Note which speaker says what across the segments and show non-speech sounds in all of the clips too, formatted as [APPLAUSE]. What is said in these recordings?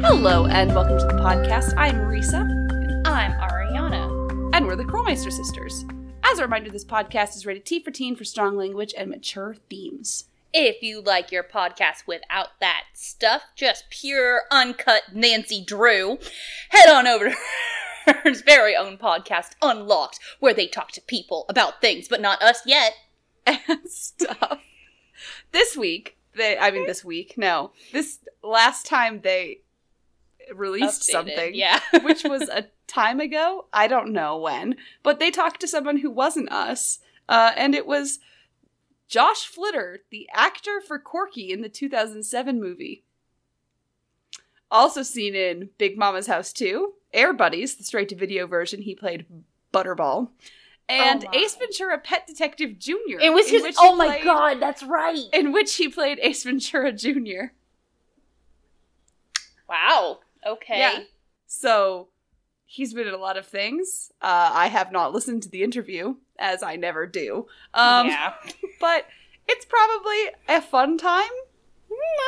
Speaker 1: Hello and welcome to the podcast. I'm Marisa,
Speaker 2: I'm Ariana.
Speaker 1: and we're the Curlmeister sisters. As a reminder, this podcast is rated T for teen for strong language and mature themes. [LAUGHS]
Speaker 2: If you like your podcast without that stuff, just pure uncut Nancy Drew, head on over to [LAUGHS] her very own podcast, Unlocked, where they talk to people about things, but not us yet.
Speaker 1: and stuff. this week, they I mean this week, no. This last time they released
Speaker 2: Updated,
Speaker 1: something, [LAUGHS]
Speaker 2: Yeah.
Speaker 1: which was a time ago, I don't know when, but they talked to someone who wasn't us, uh, and it was Josh Flitter, the actor for Corky in the 2007 movie. Also seen in Big Mama's House 2, Air Buddies, the straight to video version, he played Butterball, and
Speaker 2: my.
Speaker 1: Ace Ventura Pet Detective Jr.
Speaker 2: It was
Speaker 1: in
Speaker 2: his.
Speaker 1: which he
Speaker 2: Oh my
Speaker 1: played-
Speaker 2: god, that's right.
Speaker 1: in which he played Ace Ventura Jr.
Speaker 2: Wow. Okay.
Speaker 1: Yeah. So he's been in a lot of things. Uh, I have not listened to the interview, as I never do. Um,
Speaker 2: yeah.
Speaker 1: But it's probably a fun time.
Speaker 2: [LAUGHS] I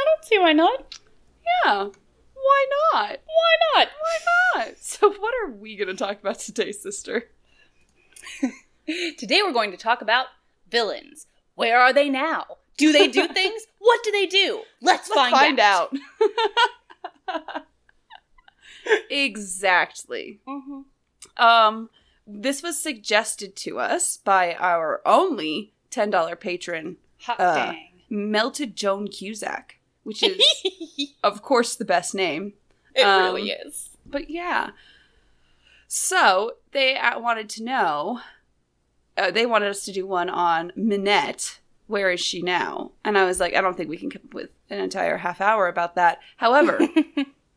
Speaker 2: don't see why not.
Speaker 1: Yeah. Why not?
Speaker 2: Why not? [LAUGHS]
Speaker 1: Why not? So, what are we going to talk about today, sister?
Speaker 2: Today we're going to talk about villains. Where are they now? Do
Speaker 1: [LAUGHS]
Speaker 2: they do things? What do they do? Let's,
Speaker 1: Let's
Speaker 2: find,
Speaker 1: find out. [LAUGHS] exactly.
Speaker 2: Mhm.
Speaker 1: Um, this was suggested to us by our only $10 patron,
Speaker 2: Hot
Speaker 1: Uh,
Speaker 2: dang.
Speaker 1: Melted Joan Cusack, which
Speaker 2: [LAUGHS]
Speaker 1: is, of course, the best name.
Speaker 2: it
Speaker 1: Um,
Speaker 2: really is.
Speaker 1: But yeah. So they uh, wanted to know, uh, they wanted us to do one on Minette. Where is she now? And I was like, I don't think we can come up with an entire half hour about that. However,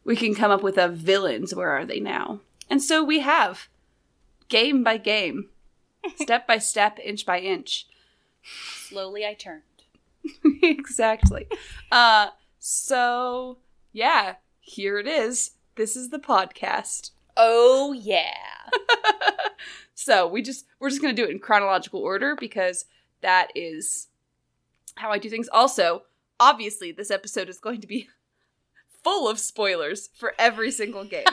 Speaker 1: we can come up with a villains. Where are they now? And so we have game by game, step by step, inch by inch.
Speaker 2: Slowly I turned.
Speaker 1: exactly. Uh, so yeah, here it is. This is the podcast.
Speaker 2: [LAUGHS] Oh yeah.
Speaker 1: So we just we're just gonna do it in chronological order because that is how I do things. Also, obviously, this episode is going to be [LAUGHS] full of spoilers for every single
Speaker 2: [LAUGHS]
Speaker 1: game.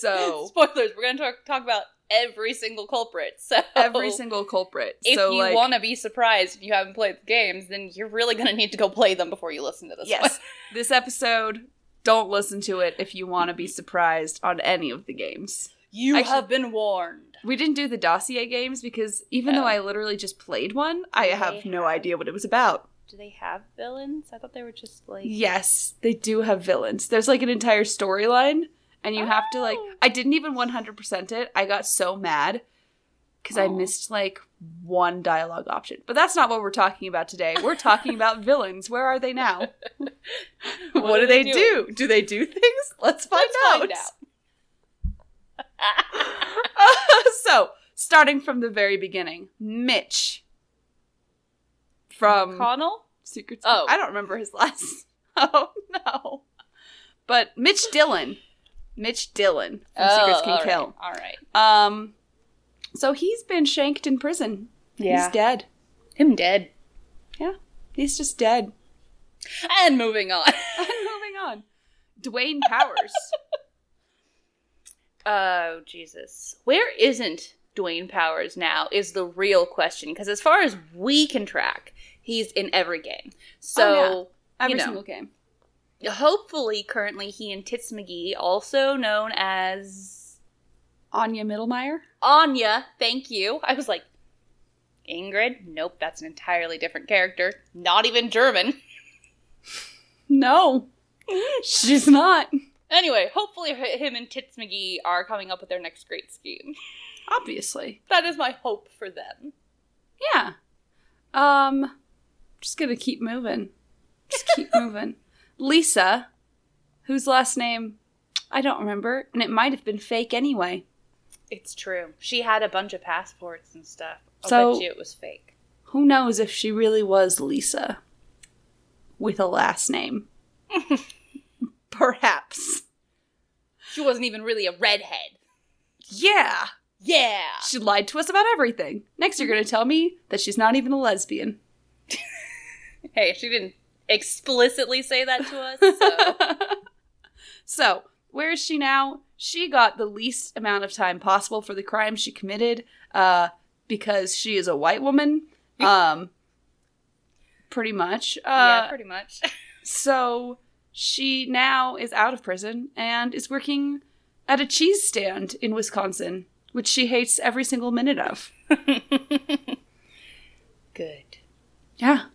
Speaker 1: So
Speaker 2: Spoilers, we're gonna talk talk about every single culprit. [LAUGHS] So
Speaker 1: every single culprit.
Speaker 2: if
Speaker 1: so
Speaker 2: you
Speaker 1: like,
Speaker 2: want to be surprised if you haven't played the games, then you're really going to need to go play them before you listen to this one. [LAUGHS]
Speaker 1: yes, [LAUGHS] this episode. Don't listen to it if you want to
Speaker 2: [LAUGHS]
Speaker 1: be surprised on any of the games.
Speaker 2: You
Speaker 1: Actually-
Speaker 2: have been warned.
Speaker 1: We didn't do the dossier games because even
Speaker 2: No.
Speaker 1: though I literally just played one, I
Speaker 2: They
Speaker 1: have no
Speaker 2: have-
Speaker 1: idea what it was about.
Speaker 2: Do they have villains? I thought they were just like
Speaker 1: Yes, they do have villains. There's like an entire storyline, and you have to like.
Speaker 2: Oh.
Speaker 1: I didn't even 100% it. I got so mad because I
Speaker 2: Aw.
Speaker 1: missed like one dialogue option. But that's not what we're talking about today. We're talking
Speaker 2: [LAUGHS]
Speaker 1: about villains. Where are they now? what,
Speaker 2: are
Speaker 1: do
Speaker 2: they
Speaker 1: they do? Do they do things? Let's find
Speaker 2: Let's
Speaker 1: out.
Speaker 2: [LAUGHS]
Speaker 1: [LAUGHS] so, starting from the very beginning, Mitch from
Speaker 2: Connell?
Speaker 1: Secret.
Speaker 2: Oh.
Speaker 1: I don't remember his [LAUGHS] last. Oh no! But Mitch Dillon, Mitch Dillon from Secrets Can
Speaker 2: Oh, all right,
Speaker 1: Kill.
Speaker 2: All right.
Speaker 1: Um, so he's been shanked in prison. he's dead.
Speaker 2: Him dead.
Speaker 1: He's just dead.
Speaker 2: And [LAUGHS] moving on. [LAUGHS]
Speaker 1: And moving on, Dwayne Powers.
Speaker 2: Oh, Jesus. Where isn't Dwayne Powers now is the real question. Because as far as we can track, he's in every game. So
Speaker 1: Every
Speaker 2: know.
Speaker 1: single game.
Speaker 2: hopefully, currently, he and Tits McGee, also known as
Speaker 1: Anya Middlemeyer.
Speaker 2: Anya, thank you. I was like, Ingrid? Nope, that's an entirely different character. Not even German. [LAUGHS]
Speaker 1: No, she's not.
Speaker 2: Anyway, hopefully, h- him and Tits McGee are coming up with their next great scheme. [LAUGHS]
Speaker 1: Obviously.
Speaker 2: That is my hope for them.
Speaker 1: Yeah. Um just gonna keep moving. Just keep moving. Lisa, whose last name I don't remember, and it might have been fake anyway.
Speaker 2: It's true. She had a bunch of passports and stuff. I
Speaker 1: So-
Speaker 2: bet you it was fake.
Speaker 1: Who knows if she really was Lisa with a last name? Perhaps.
Speaker 2: She wasn't even really a redhead.
Speaker 1: Yeah. [LAUGHS]
Speaker 2: Yeah.
Speaker 1: She lied to us about everything. Next you're gonna tell me that she's not even a lesbian.
Speaker 2: [LAUGHS] Hey, she didn't explicitly say that to us. So.
Speaker 1: So, where is she now? She got the least amount of time possible for the crime she committed uh, because she is a white woman. Um, pretty much.
Speaker 2: yeah,
Speaker 1: Uh,
Speaker 2: pretty much.
Speaker 1: so, she now is out of prison and is working at a cheese stand in Wisconsin, which she hates every single minute of.
Speaker 2: Good.
Speaker 1: Yeah.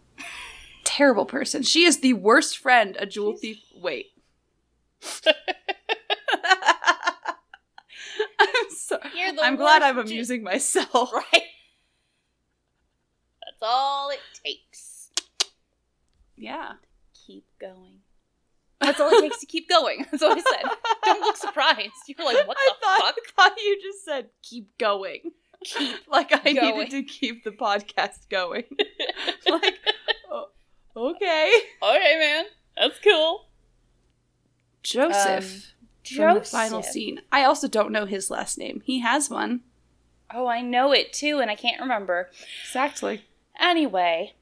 Speaker 1: Terrible person. She is the worst friend a jewel thief.
Speaker 2: She's- [LAUGHS]
Speaker 1: Wait. I'm, so-
Speaker 2: You're the
Speaker 1: I'm glad
Speaker 2: worst
Speaker 1: I'm
Speaker 2: ju-
Speaker 1: amusing
Speaker 2: [LAUGHS]
Speaker 1: myself.
Speaker 2: [LAUGHS] Right. That's all it takes.
Speaker 1: Yeah.
Speaker 2: Keep going. That's all it takes to keep going. [LAUGHS] That's what I said. Don't look surprised. You were like, what
Speaker 1: I
Speaker 2: the
Speaker 1: thought,
Speaker 2: fuck?
Speaker 1: I thought you just said keep going.
Speaker 2: Keep
Speaker 1: [LAUGHS] Like I
Speaker 2: Going.
Speaker 1: needed to keep the podcast
Speaker 2: [LAUGHS]
Speaker 1: going. [LAUGHS] like, oh, okay.
Speaker 2: Okay, man. That's cool.
Speaker 1: Joseph from the final scene. Um, I also don't know his last name. He has one.
Speaker 2: Oh, I know it too, and I can't remember.
Speaker 1: Exactly.
Speaker 2: Anyway,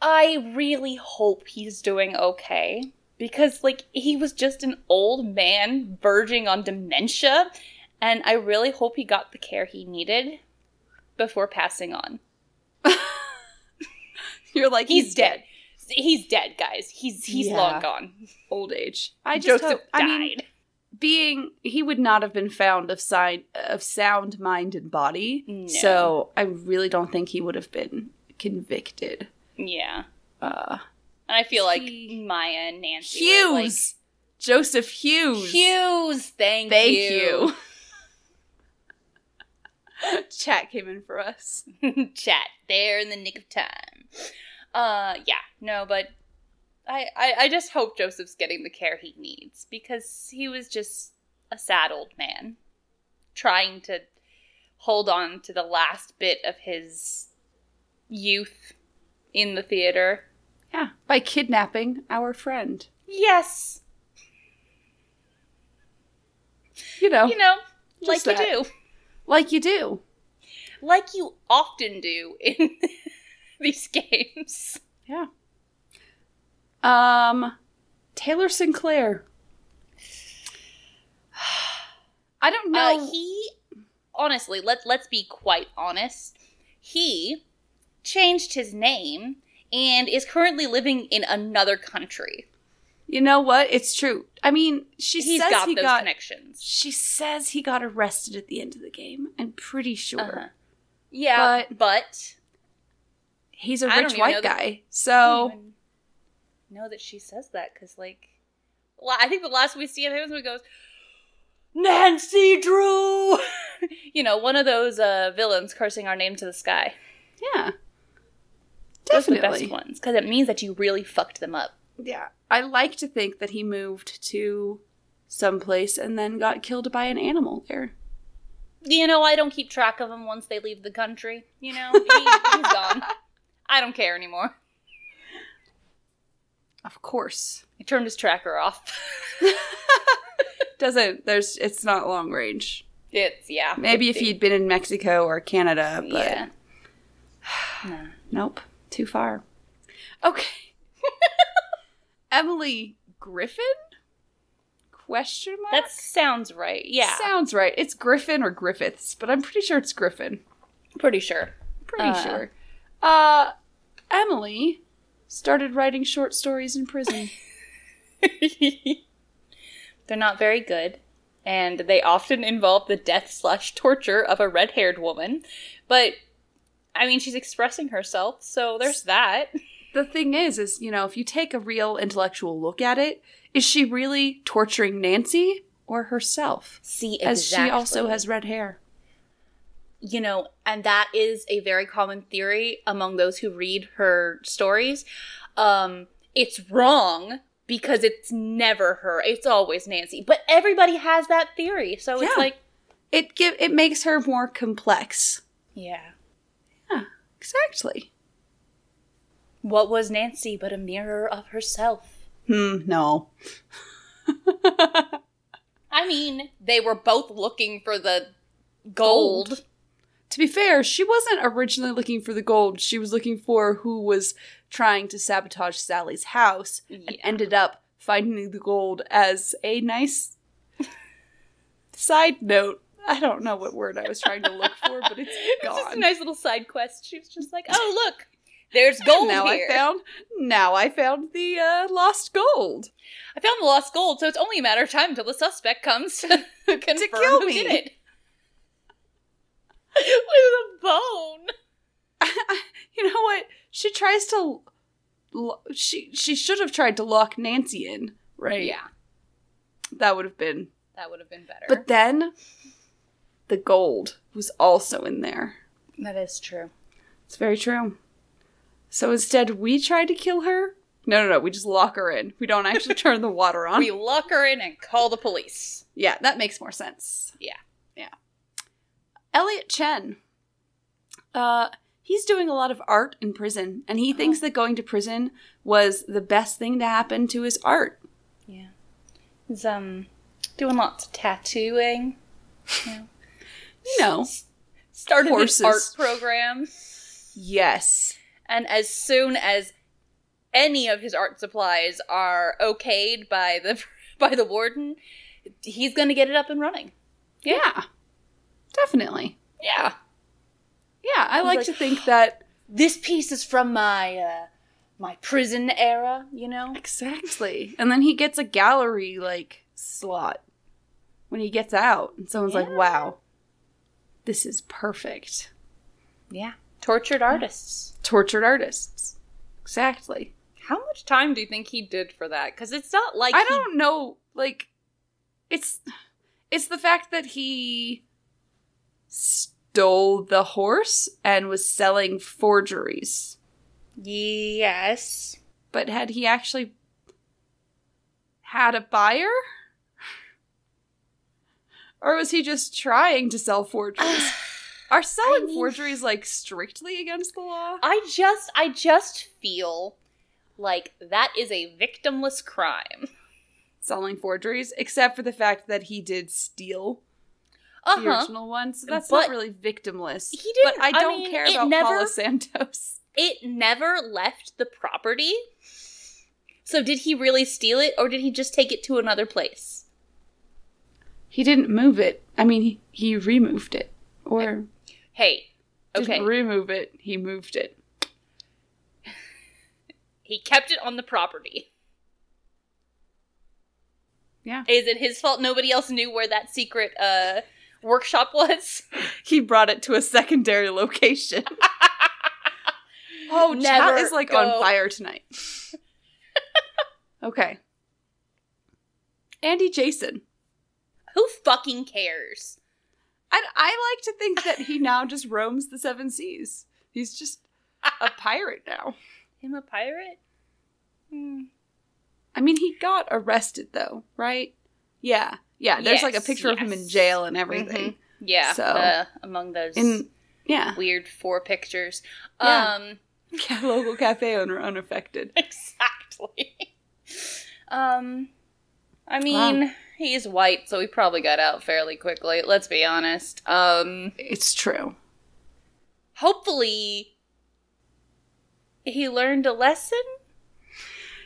Speaker 2: I really hope he's doing okay because, like, he was just an old man verging on dementia, and I really hope he got the care he needed before passing on.
Speaker 1: You're like
Speaker 2: He's, dead. He's dead, guys. He's he's
Speaker 1: Yeah.
Speaker 2: long gone.
Speaker 1: Old age. I just hope,
Speaker 2: Joseph died.
Speaker 1: I mean, being he would not have been found of sign of sound mind and body
Speaker 2: No.
Speaker 1: so i really don't think he would have been convicted
Speaker 2: yeah,
Speaker 1: uh
Speaker 2: and I feel like
Speaker 1: He-
Speaker 2: Maya and Nancy.
Speaker 1: hughes
Speaker 2: were, like,
Speaker 1: joseph hughes
Speaker 2: Hughes. Thank,
Speaker 1: thank
Speaker 2: you.
Speaker 1: you, [LAUGHS] chat came in for us
Speaker 2: Chat there in the nick of time. Uh, yeah, no, but I, I I just hope Joseph's getting the care he needs because he was just a sad old man trying to hold on to the last bit of his youth in the theater.
Speaker 1: yeah by kidnapping our friend
Speaker 2: Yes,
Speaker 1: you know
Speaker 2: you know, like
Speaker 1: Oh, Just
Speaker 2: you
Speaker 1: that.
Speaker 2: do.
Speaker 1: like you do
Speaker 2: like you often do in [LAUGHS] these games.
Speaker 1: yeah um taylor sinclair i don't know
Speaker 2: Uh, he honestly, let let's be quite honest. He changed his name and is currently living in another country.
Speaker 1: You know what? It's true. I mean, she
Speaker 2: He's
Speaker 1: says
Speaker 2: got
Speaker 1: he
Speaker 2: those
Speaker 1: got.
Speaker 2: connections.
Speaker 1: She says he got arrested at the end of the game. I'm pretty sure
Speaker 2: Uh-huh. Yeah, but,
Speaker 1: he's a
Speaker 2: I don't
Speaker 1: rich
Speaker 2: even know
Speaker 1: white
Speaker 2: that-
Speaker 1: guy.
Speaker 2: I don't
Speaker 1: So
Speaker 2: even oh, know that she says that because like, well, I think the last we see of him is when he goes. Nancy Drew, [LAUGHS] you know, one of those uh, villains cursing our name to the sky.
Speaker 1: yeah,
Speaker 2: Those are
Speaker 1: definitely.
Speaker 2: the best ones because it means that you really fucked them up.
Speaker 1: Yeah, I like to think that he moved to someplace and then got killed by an animal there.
Speaker 2: You know, I don't keep track of them once they leave the country. You know, he, he's gone. I don't care anymore.
Speaker 1: Of course,
Speaker 2: He turned his tracker off. [LAUGHS]
Speaker 1: doesn't there's it's not long range.
Speaker 2: It's yeah.
Speaker 1: Maybe if he'd been in Mexico or Canada, but
Speaker 2: yeah. No.
Speaker 1: Nope, too far. Okay. [LAUGHS] Emily Griffin? Question mark.
Speaker 2: That sounds right. Yeah,
Speaker 1: sounds right. It's Griffin or Griffiths, but I'm pretty sure it's Griffin.
Speaker 2: pretty sure. [LAUGHS]
Speaker 1: Pretty
Speaker 2: Uh.
Speaker 1: sure. Uh, Emily started writing short stories in
Speaker 2: [LAUGHS]
Speaker 1: prison.
Speaker 2: They're not very good, and they often involve the death slash torture of a red haired woman. But I mean, she's expressing herself, so there's that.
Speaker 1: the thing is, is you know, if you take a real intellectual look at it, is she really torturing Nancy or herself?
Speaker 2: See,
Speaker 1: As she also has red hair.
Speaker 2: you know, and that is a very common theory among those who read her stories. Um, it's wrong because it's never her, it's always Nancy. But everybody has that theory, so it's
Speaker 1: Yeah.
Speaker 2: like,
Speaker 1: It give it makes her more complex.
Speaker 2: yeah,
Speaker 1: Yeah, exactly.
Speaker 2: what was Nancy but a mirror of herself?
Speaker 1: Hmm, no.
Speaker 2: I mean, they were both looking for the gold.
Speaker 1: Gold. To be fair, she wasn't originally looking for the gold. She was looking for who was trying to sabotage Sally's house and
Speaker 2: Yeah.
Speaker 1: ended up finding the gold as a nice side note. I don't know what word I was trying to look for, but [LAUGHS] it's
Speaker 2: It's just a
Speaker 1: gone.
Speaker 2: nice little side quest. She was just like, oh, look, [LAUGHS] there's gold
Speaker 1: now
Speaker 2: here.
Speaker 1: I found now I found the uh, lost gold.
Speaker 2: I found the lost gold, so it's only a matter of time until the suspect comes to [LAUGHS] confirm
Speaker 1: kill
Speaker 2: who did
Speaker 1: me.
Speaker 2: it. [LAUGHS] With a bone.
Speaker 1: You know what? She tries to lo- she she should have tried to lock Nancy in, right?
Speaker 2: Yeah,
Speaker 1: That would have been.
Speaker 2: that would have been better.
Speaker 1: But then the gold was also in there.
Speaker 2: that is true.
Speaker 1: It's very true. So instead, we try to kill her. No, no, no. We just lock her in. We don't actually
Speaker 2: [LAUGHS]
Speaker 1: turn the water on.
Speaker 2: We lock her in and call the police.
Speaker 1: yeah, that makes more sense.
Speaker 2: Yeah.
Speaker 1: yeah. Elliot Chen. Uh, he's doing a lot of art in prison, and he thinks
Speaker 2: Uh-huh.
Speaker 1: that going to prison was the best thing to happen to his art.
Speaker 2: Yeah. He's um doing lots of tattooing.
Speaker 1: No.
Speaker 2: Started
Speaker 1: Horses.
Speaker 2: an Oh. art program.
Speaker 1: Yes.
Speaker 2: And as soon as any of his art supplies are okayed by the [LAUGHS] by the warden, he's gonna get it up and running. Yeah.
Speaker 1: yeah. Definitely.
Speaker 2: Yeah.
Speaker 1: Yeah, I like
Speaker 2: like-
Speaker 1: to think that
Speaker 2: This piece is from my uh my prison era, you know?
Speaker 1: Exactly. And then he gets a gallery like slot when he gets out. And someone's like,
Speaker 2: Yeah.
Speaker 1: wow, this is perfect.
Speaker 2: Yeah. Tortured artists.
Speaker 1: Tortured artists. Exactly.
Speaker 2: How much time do you think he did for that? Because it's not like
Speaker 1: I
Speaker 2: he-
Speaker 1: don't know, like it's it's the fact that he stole the horse and was selling forgeries.
Speaker 2: Yes.
Speaker 1: But had he actually had a buyer? Or was he just trying to sell
Speaker 2: [SIGHS]
Speaker 1: forgeries? Are selling
Speaker 2: mean-
Speaker 1: forgeries like strictly against the law?
Speaker 2: I just I just feel like that is a victimless crime.
Speaker 1: Selling forgeries, except for the fact that he did steal the
Speaker 2: Uh-huh.
Speaker 1: original one, so that's
Speaker 2: But-
Speaker 1: not really victimless.
Speaker 2: He
Speaker 1: But
Speaker 2: didn't-
Speaker 1: I
Speaker 2: I
Speaker 1: don't
Speaker 2: mean,
Speaker 1: care
Speaker 2: it
Speaker 1: about
Speaker 2: never-
Speaker 1: Paula Santos.
Speaker 2: It never left the property. So did he really steal it or did he just take it to another place?
Speaker 1: He didn't move it. I mean, he, he removed it, or
Speaker 2: Hey. Okay.
Speaker 1: didn't remove it. He moved it.
Speaker 2: he kept it on the property.
Speaker 1: Yeah.
Speaker 2: Is it his fault nobody else knew where that secret uh workshop [LAUGHS] was?
Speaker 1: He brought it to a secondary
Speaker 2: [LAUGHS]
Speaker 1: location. oh,
Speaker 2: Never
Speaker 1: chat is like
Speaker 2: go.
Speaker 1: on fire tonight. okay. Andy Jason.
Speaker 2: Who fucking cares?
Speaker 1: I, I like to think that he now just roams the seven seas. He's just
Speaker 2: [LAUGHS]
Speaker 1: a pirate now.
Speaker 2: Him a pirate? Hmm.
Speaker 1: I mean, he got arrested though, right? Yeah. Yeah. There's like a
Speaker 2: Yes,
Speaker 1: picture of him in
Speaker 2: yes.
Speaker 1: jail and everything.
Speaker 2: Yeah.
Speaker 1: So-
Speaker 2: uh, among those
Speaker 1: In, yeah. [LAUGHS]
Speaker 2: weird four pictures.
Speaker 1: Yeah.
Speaker 2: Um [LAUGHS]
Speaker 1: Local cafe owner unaffected.
Speaker 2: exactly. um I mean, he's white, so he probably got out fairly quickly, let's be honest. Um
Speaker 1: It's true.
Speaker 2: hopefully he learned a lesson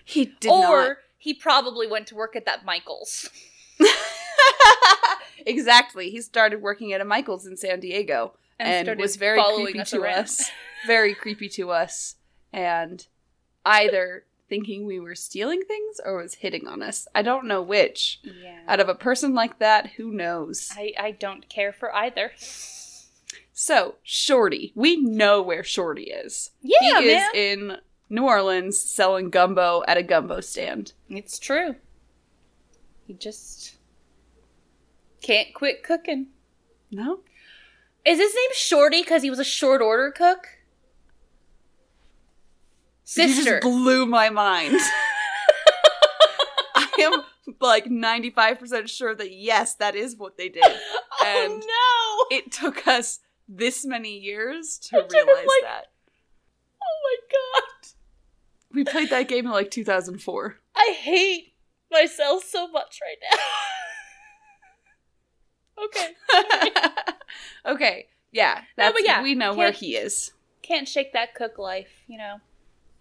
Speaker 1: He did
Speaker 2: or
Speaker 1: not.
Speaker 2: he probably went to work at that Michaels. [LAUGHS]
Speaker 1: [LAUGHS] exactly. He started working at a Michaels in San Diego and,
Speaker 2: started
Speaker 1: was very
Speaker 2: following
Speaker 1: creepy
Speaker 2: us
Speaker 1: to
Speaker 2: around.
Speaker 1: us. Very creepy to us. And either thinking we were stealing things or was hitting on us. I don't know which.
Speaker 2: Yeah.
Speaker 1: Out of a person like that, who knows?
Speaker 2: [LAUGHS] I, I don't care for either.
Speaker 1: So, Shorty. We know where Shorty is.
Speaker 2: Yeah,
Speaker 1: he
Speaker 2: man.
Speaker 1: is in New Orleans selling gumbo at a gumbo stand.
Speaker 2: It's true. He just can't quit cooking.
Speaker 1: No?
Speaker 2: Is his name Shorty because he was a short order [GASPS] cook?
Speaker 1: You
Speaker 2: Sister.
Speaker 1: just blew my [LAUGHS] mind. I am like 95% sure that yes, that is what they did. and-
Speaker 2: oh no!
Speaker 1: It took us this many years to
Speaker 2: It took us,
Speaker 1: realize
Speaker 2: like-
Speaker 1: that.
Speaker 2: Oh my god!
Speaker 1: We played that game in like [LAUGHS] 2004.
Speaker 2: I hate myself so much right now. [LAUGHS] okay.
Speaker 1: okay. Yeah.
Speaker 2: No,
Speaker 1: That's,
Speaker 2: but yeah,
Speaker 1: we know where
Speaker 2: can't-
Speaker 1: he is.
Speaker 2: Can't shake that cook life, you know.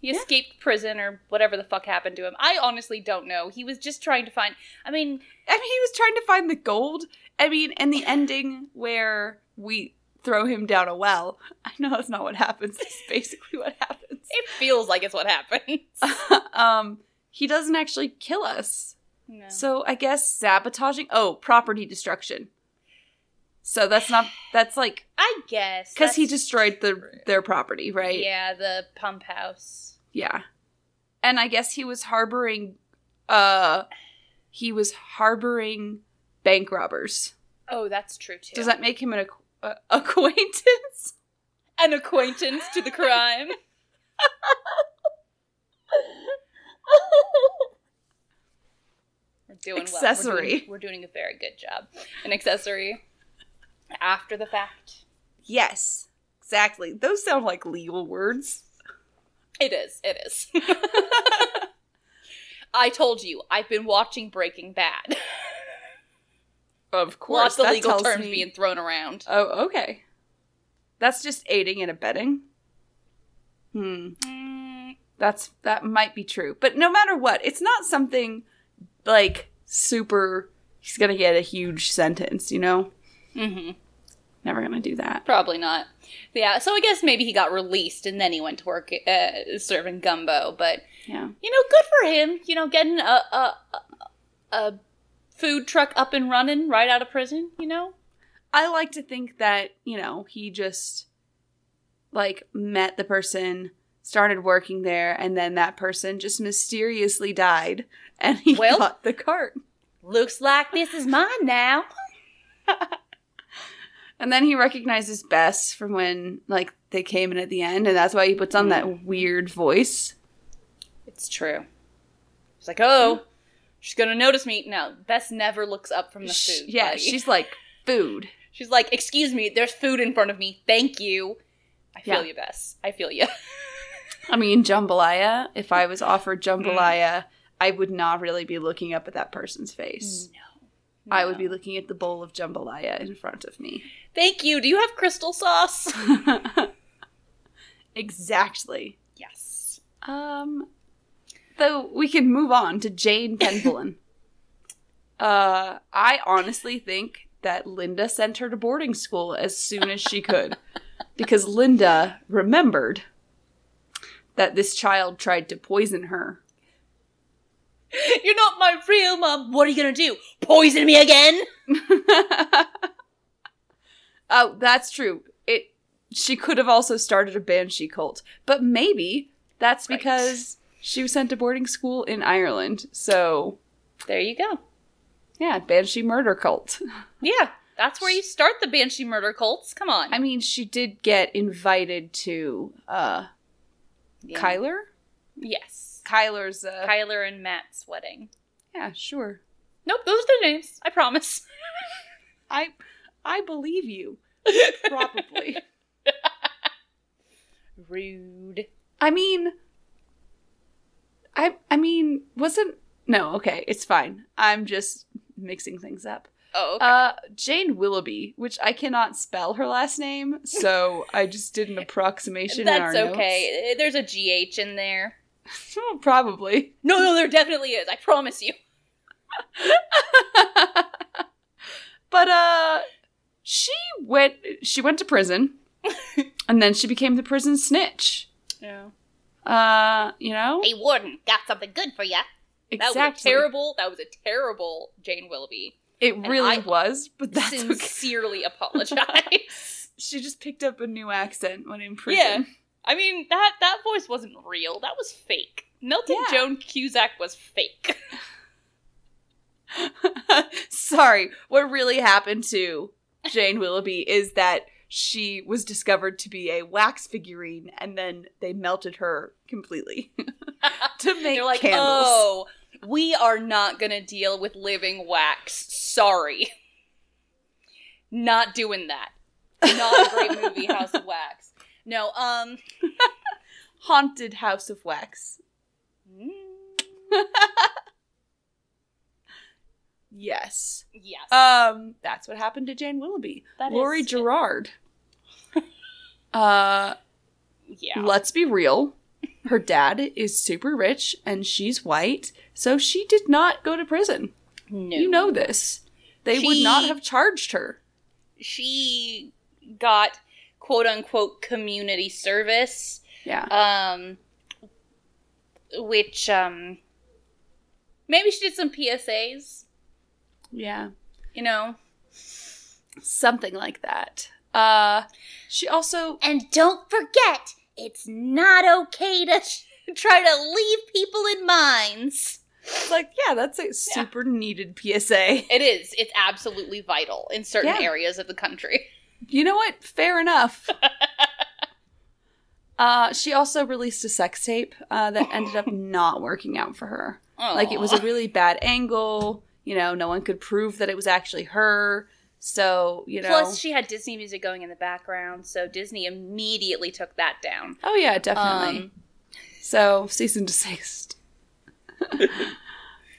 Speaker 2: He
Speaker 1: Yeah.
Speaker 2: escaped prison or whatever the fuck happened to him. I honestly don't know. He was just trying to find. I mean,
Speaker 1: I mean, he was trying to find the gold. I mean, and the ending where we throw him down a well. I know that's not what happens. That's basically what [LAUGHS] happens.
Speaker 2: it feels like it's what happens.
Speaker 1: [LAUGHS] um, he doesn't actually kill us.
Speaker 2: [LAUGHS] No.
Speaker 1: So I guess sabotaging. Oh, property destruction. So that's not. That's
Speaker 2: [SIGHS]
Speaker 1: like
Speaker 2: I guess
Speaker 1: because he
Speaker 2: that's
Speaker 1: destroyed the
Speaker 2: true.
Speaker 1: their property, right?
Speaker 2: yeah the pump house.
Speaker 1: Yeah. And I guess he was harboring. Uh, he was harboring bank robbers.
Speaker 2: Oh, that's true too.
Speaker 1: Does that make him an acqu- uh, [LAUGHS] acquaintance?
Speaker 2: An acquaintance to the crime.
Speaker 1: [LAUGHS]
Speaker 2: We're doing well. We're
Speaker 1: Accessory.
Speaker 2: doing, we're doing a very good job. An accessory after the fact.
Speaker 1: Yes, exactly. Those sound like legal words.
Speaker 2: It is. It is. [LAUGHS] I told you, I've been watching Breaking Bad.
Speaker 1: Of course,
Speaker 2: [LAUGHS] Lots of
Speaker 1: that
Speaker 2: legal
Speaker 1: tells
Speaker 2: terms
Speaker 1: me-
Speaker 2: being thrown around.
Speaker 1: Oh, okay. That's just aiding and abetting. Hmm.
Speaker 2: Mm,
Speaker 1: That's that might be true. But no matter what, it's not something like super he's going to get a huge sentence, you know?
Speaker 2: mhm.
Speaker 1: Never going to do that.
Speaker 2: Probably not. Yeah, so I guess maybe he got released and then he went to work uh, serving gumbo. But
Speaker 1: Yeah.
Speaker 2: you know, good for him. You know, getting a a, a- a food truck up and running right out of prison. You know,
Speaker 1: I like to think that, you know, he just like met the person, started working there, and then that person just mysteriously died and he
Speaker 2: Well-
Speaker 1: got the cart.
Speaker 2: looks like this is mine now.
Speaker 1: And then he recognizes Bess from when like they came in at the end, and that's why he puts on
Speaker 2: Mm.
Speaker 1: that weird voice.
Speaker 2: It's true. It's like, oh,
Speaker 1: Hmm.
Speaker 2: she's gonna notice me. No, Bess never looks up from the
Speaker 1: Sh-
Speaker 2: food.
Speaker 1: yeah,
Speaker 2: buddy.
Speaker 1: she's like food.
Speaker 2: she's like, excuse me, there's food in front of me. Thank you. I feel
Speaker 1: Yeah.
Speaker 2: you, Bess. I feel you.
Speaker 1: I mean, jambalaya. If I was offered jambalaya, I would not really be looking up at that person's face. I would be
Speaker 2: [LAUGHS] Mm, No.
Speaker 1: looking at the bowl of jambalaya in front of me.
Speaker 2: Thank you. Do you have
Speaker 1: [LAUGHS]
Speaker 2: crystal sauce?
Speaker 1: exactly.
Speaker 2: yes.
Speaker 1: Um, though we can move on to Jane Penvelon. uh, I honestly think that Linda sent her to boarding school as soon as she could, because Linda remembered that this child tried to poison her.
Speaker 2: [LAUGHS] You're not my real mom. What are you gonna do? Poison me again?
Speaker 1: oh, that's true. It she could have also started a banshee cult, but maybe that's
Speaker 2: Right.
Speaker 1: because she was sent to boarding school in Ireland. So
Speaker 2: There you go.
Speaker 1: yeah, banshee murder cult. [LAUGHS]
Speaker 2: Yeah, that's where you start the banshee murder cults. Come on,
Speaker 1: I mean, she did get invited to uh
Speaker 2: Yeah.
Speaker 1: Kyler.
Speaker 2: Yes,
Speaker 1: Kyler's uh,
Speaker 2: Kyler and Matt's wedding.
Speaker 1: yeah, sure.
Speaker 2: Nope, those are their names. I promise.
Speaker 1: I I believe you. Probably.
Speaker 2: Rude.
Speaker 1: I mean, I I mean, wasn't no okay. It's fine. I'm just mixing things up.
Speaker 2: Oh, okay.
Speaker 1: Uh, Jane Willoughby, which I cannot spell her last name, so I just
Speaker 2: [LAUGHS]
Speaker 1: did an approximation. in
Speaker 2: that's
Speaker 1: our notes.
Speaker 2: okay. Eh, There's a GH in there.
Speaker 1: [LAUGHS] Probably.
Speaker 2: No, no, there definitely is. I promise you.
Speaker 1: But uh, she went. She went to
Speaker 2: [LAUGHS]
Speaker 1: prison, and then she became the prison snitch.
Speaker 2: No.
Speaker 1: Uh, you know
Speaker 2: Hey, Warden, got something good for ya. That was a
Speaker 1: exactly.
Speaker 2: terrible. That was a terrible Jane Willoughby.
Speaker 1: It really
Speaker 2: I
Speaker 1: was, but that's okay. [LAUGHS]
Speaker 2: [LAUGHS] Sincerely apologize.
Speaker 1: She just picked up a new accent when in prison.
Speaker 2: Yeah. I mean that that voice wasn't real. That was fake. Milton
Speaker 1: Yeah.
Speaker 2: Joan Cusack was fake.
Speaker 1: [LAUGHS] Sorry, what really happened to Jane Willoughby is that she was discovered to be a wax figurine and then they melted her completely [LAUGHS] to make
Speaker 2: They're like,
Speaker 1: candles.
Speaker 2: oh, we are not gonna deal with living wax. Sorry, not doing that. Not a great [LAUGHS] movie, House of Wax. No, um,
Speaker 1: Haunted House of Wax.
Speaker 2: mm,
Speaker 1: Yes.
Speaker 2: yes,
Speaker 1: Um, that's what happened to Jane Willoughby.
Speaker 2: That
Speaker 1: Lori
Speaker 2: is- [LAUGHS]
Speaker 1: Gerard. uh,
Speaker 2: yeah,
Speaker 1: let's be real. Her dad is super rich and she's white, so she did not go to prison.
Speaker 2: No.
Speaker 1: You know this. They would not
Speaker 2: She-
Speaker 1: have charged her.
Speaker 2: she got quote unquote community service
Speaker 1: Yeah.
Speaker 2: um which um maybe she did some psas
Speaker 1: Yeah.
Speaker 2: you know
Speaker 1: Something like that. Uh she also
Speaker 2: and don't forget it's not okay to try to leave people in mines
Speaker 1: It's like, yeah, that's a super needed PSA.
Speaker 2: it is it's absolutely vital in certain
Speaker 1: Yeah.
Speaker 2: areas of the country
Speaker 1: You know what? Fair enough. uh, she also released a sex tape uh, that ended up not working out for her. Like, it was a
Speaker 2: Aw.
Speaker 1: really bad angle. You know, no one could prove that it was actually her. So, you know.
Speaker 2: plus she had disney music going in the background so disney immediately took that down
Speaker 1: oh, yeah, definitely.
Speaker 2: um
Speaker 1: so, cease and
Speaker 2: [LAUGHS]
Speaker 1: desist.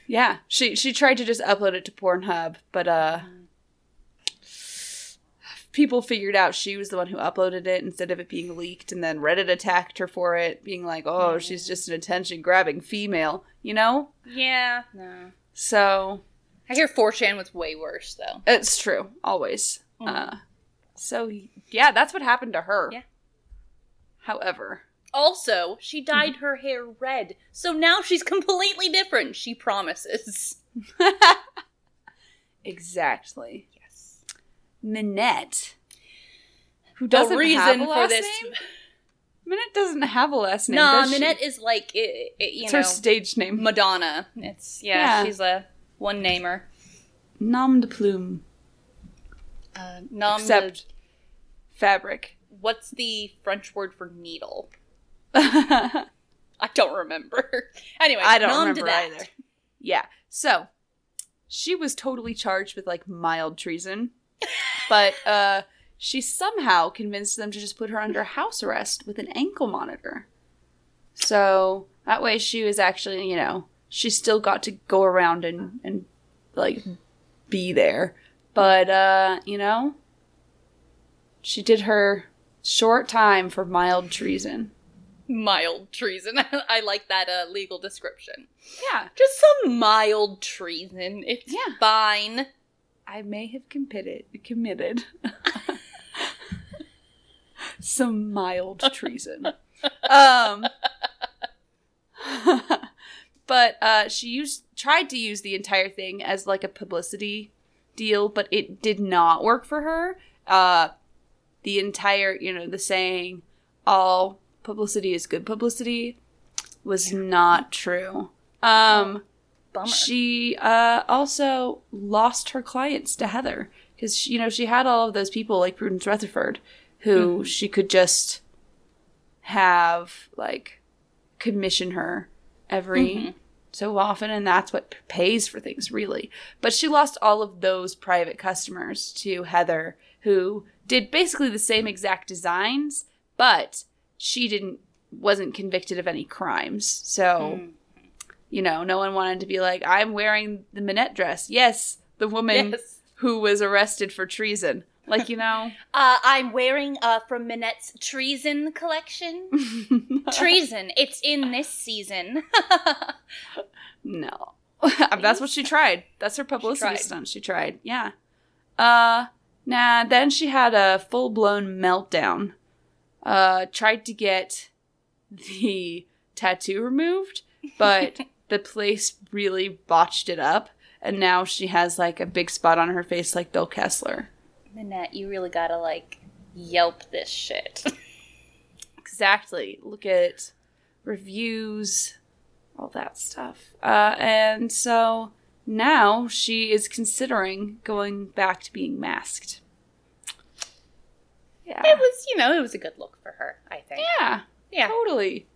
Speaker 1: yeah, she, she tried to just upload it to Pornhub, but uh, people figured out she was the one who uploaded it instead of it being leaked and then reddit attacked her for it being like oh
Speaker 2: Mhm.
Speaker 1: she's just an attention grabbing female you know
Speaker 2: yeah no
Speaker 1: so
Speaker 2: I hear 4chan was way worse though.
Speaker 1: it's true always
Speaker 2: Mhm.
Speaker 1: uh, so yeah that's what happened to her
Speaker 2: Yeah.
Speaker 1: however
Speaker 2: Also, she
Speaker 1: Mm-hmm.
Speaker 2: dyed her hair red, so now she's [LAUGHS] completely different. She promises.
Speaker 1: exactly
Speaker 2: Yes.
Speaker 1: minette who
Speaker 2: The
Speaker 1: doesn't have
Speaker 2: reason
Speaker 1: a
Speaker 2: for
Speaker 1: last
Speaker 2: this?
Speaker 1: name minette doesn't have a last name
Speaker 2: Nah,
Speaker 1: does she?
Speaker 2: Minette is like i i you
Speaker 1: it's
Speaker 2: know
Speaker 1: her stage name
Speaker 2: Madonna. It's yeah,
Speaker 1: Yeah.
Speaker 2: she's a one namer.
Speaker 1: nom de plume
Speaker 2: Uh, nom de-
Speaker 1: except fabric
Speaker 2: what's the French word for needle?
Speaker 1: [LAUGHS]
Speaker 2: I don't remember. [LAUGHS] anyway,
Speaker 1: I don't
Speaker 2: nom de
Speaker 1: remember
Speaker 2: that.
Speaker 1: either. Yeah. So she was totally charged with like mild treason, but uh, she somehow convinced them to just put her under house arrest with an ankle monitor. So that way she was actually, you know, she still got to go around and, and like be there. But, uh, you know, she did her short time for mild treason.
Speaker 2: Mild treason. [LAUGHS] I like that uh, legal description.
Speaker 1: Yeah.
Speaker 2: Just some mild treason. It's
Speaker 1: Yeah.
Speaker 2: fine.
Speaker 1: I may have committed committed [LAUGHS] some mild treason. Um, [LAUGHS] but uh, she used tried to use the entire thing as like a publicity deal, but it did not work for her. Uh, the entire, you know, the saying "all publicity is good publicity" was not true. Um,
Speaker 2: Bummer.
Speaker 1: she uh, also lost her clients to Heather because you know she had all of those people like Prudence Rutherford who
Speaker 2: Mm-hmm.
Speaker 1: she could just have like commission her every
Speaker 2: Mhm.
Speaker 1: so often, and that's what p- pays for things really. But she lost all of those private customers to Heather, who did basically the same exact designs, but she didn't wasn't convicted of any crimes, so.
Speaker 2: Mm.
Speaker 1: You know, no one wanted to be like, I'm wearing the Minette dress. Yes, the woman
Speaker 2: Yes.
Speaker 1: who was arrested for treason. Like, you know,
Speaker 2: [LAUGHS] Uh, I'm wearing uh, from Minette's Treason collection. [LAUGHS] Treason. It's in this season.
Speaker 1: [LAUGHS]
Speaker 2: [LAUGHS]
Speaker 1: no. [LAUGHS] That's what she tried. That's her publicity
Speaker 2: tried.
Speaker 1: stunt. She tried. Yeah. Uh, nah, then she had a full blown meltdown. Uh, tried to get the tattoo removed,
Speaker 2: [LAUGHS]
Speaker 1: but the place really botched it up. And now she has like a big spot on her face, like Bill Kessler.
Speaker 2: Minette, you really gotta like yelp this shit. [LAUGHS]
Speaker 1: Exactly. Look at reviews, all that stuff. Uh, and so now she is considering going back to being masked.
Speaker 2: It
Speaker 1: Yeah.
Speaker 2: was, you know, it was a good look for her. I think.
Speaker 1: Yeah,
Speaker 2: Yeah. [LAUGHS]
Speaker 1: totally.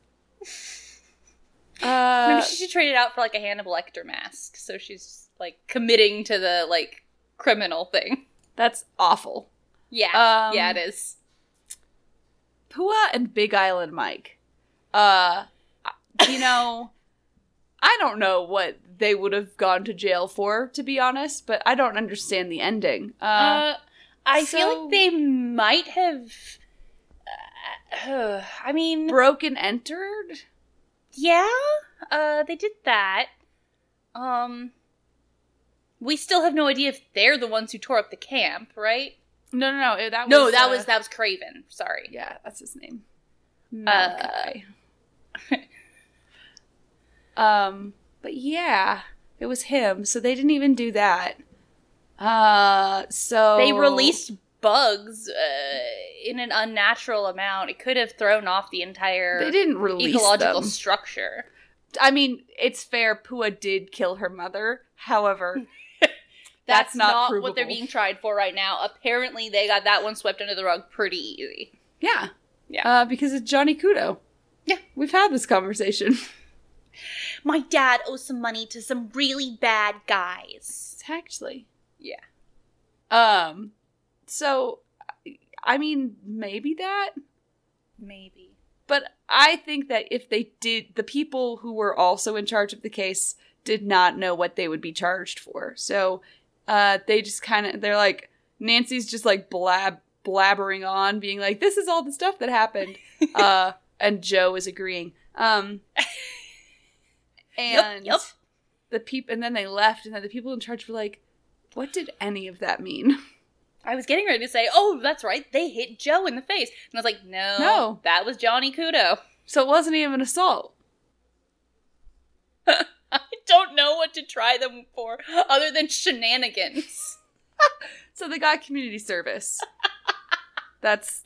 Speaker 2: Maybe
Speaker 1: Uh,
Speaker 2: she should trade it out for like a Hannibal Lecter mask, so she's like committing to the like criminal thing.
Speaker 1: that's awful.
Speaker 2: Yeah.
Speaker 1: Um,
Speaker 2: yeah, it is.
Speaker 1: Pua and Big Island Mike. Uh, you know, [LAUGHS] I don't know what they would have gone to jail for, to be honest, but I don't understand the ending. Uh,
Speaker 2: Uh, I feel
Speaker 1: so-
Speaker 2: like they might have. Uh, [SIGHS] I mean,
Speaker 1: broken entered?
Speaker 2: yeah, uh, they did that. Um, we still have no idea if they're the ones who tore up the camp, right?
Speaker 1: No, no, no. it- That was, Uh,
Speaker 2: no, that
Speaker 1: uh,
Speaker 2: was that was Craven. Sorry.
Speaker 1: Yeah, that's his name. Malachi. [LAUGHS] um, but yeah, it was him. So they didn't even do that. Uh, so
Speaker 2: They released bugs uh, in an unnatural amount. It could have thrown off the entire
Speaker 1: They didn't release
Speaker 2: ecological
Speaker 1: them.
Speaker 2: structure.
Speaker 1: I mean, it's fair. Pua did kill her mother. However, That's not
Speaker 2: what they're
Speaker 1: provable.
Speaker 2: being tried for right now. Apparently, they got that one swept under the rug pretty easy.
Speaker 1: yeah,
Speaker 2: Yeah.
Speaker 1: uh, because it's Johnny Kudo.
Speaker 2: Yeah.
Speaker 1: we've had this conversation.
Speaker 2: My dad owes some money to some really bad guys.
Speaker 1: Exactly.
Speaker 2: Yeah.
Speaker 1: Um. So, I mean, maybe that.
Speaker 2: Maybe.
Speaker 1: But I think that if they did, the people who were also in charge of the case did not know what they would be charged for. So uh, they just kind of, they're like, Nancy's just like blab blabbering on, being like, this is all the stuff that
Speaker 2: [LAUGHS]
Speaker 1: happened. uh, and Joe is agreeing. Um,
Speaker 2: Yup,
Speaker 1: and
Speaker 2: yup.
Speaker 1: the people, and then they left, and then the people in charge were like, what did any of that mean? [LAUGHS]
Speaker 2: I was getting ready to say, "Oh, that's right, they hit Joe in the face," and I was like, "No,
Speaker 1: No.
Speaker 2: that was Johnny Kudo." [LAUGHS]
Speaker 1: So it wasn't even an assault.
Speaker 2: I don't know what to try them for other than shenanigans.
Speaker 1: So they got community
Speaker 2: [LAUGHS]
Speaker 1: service. That's,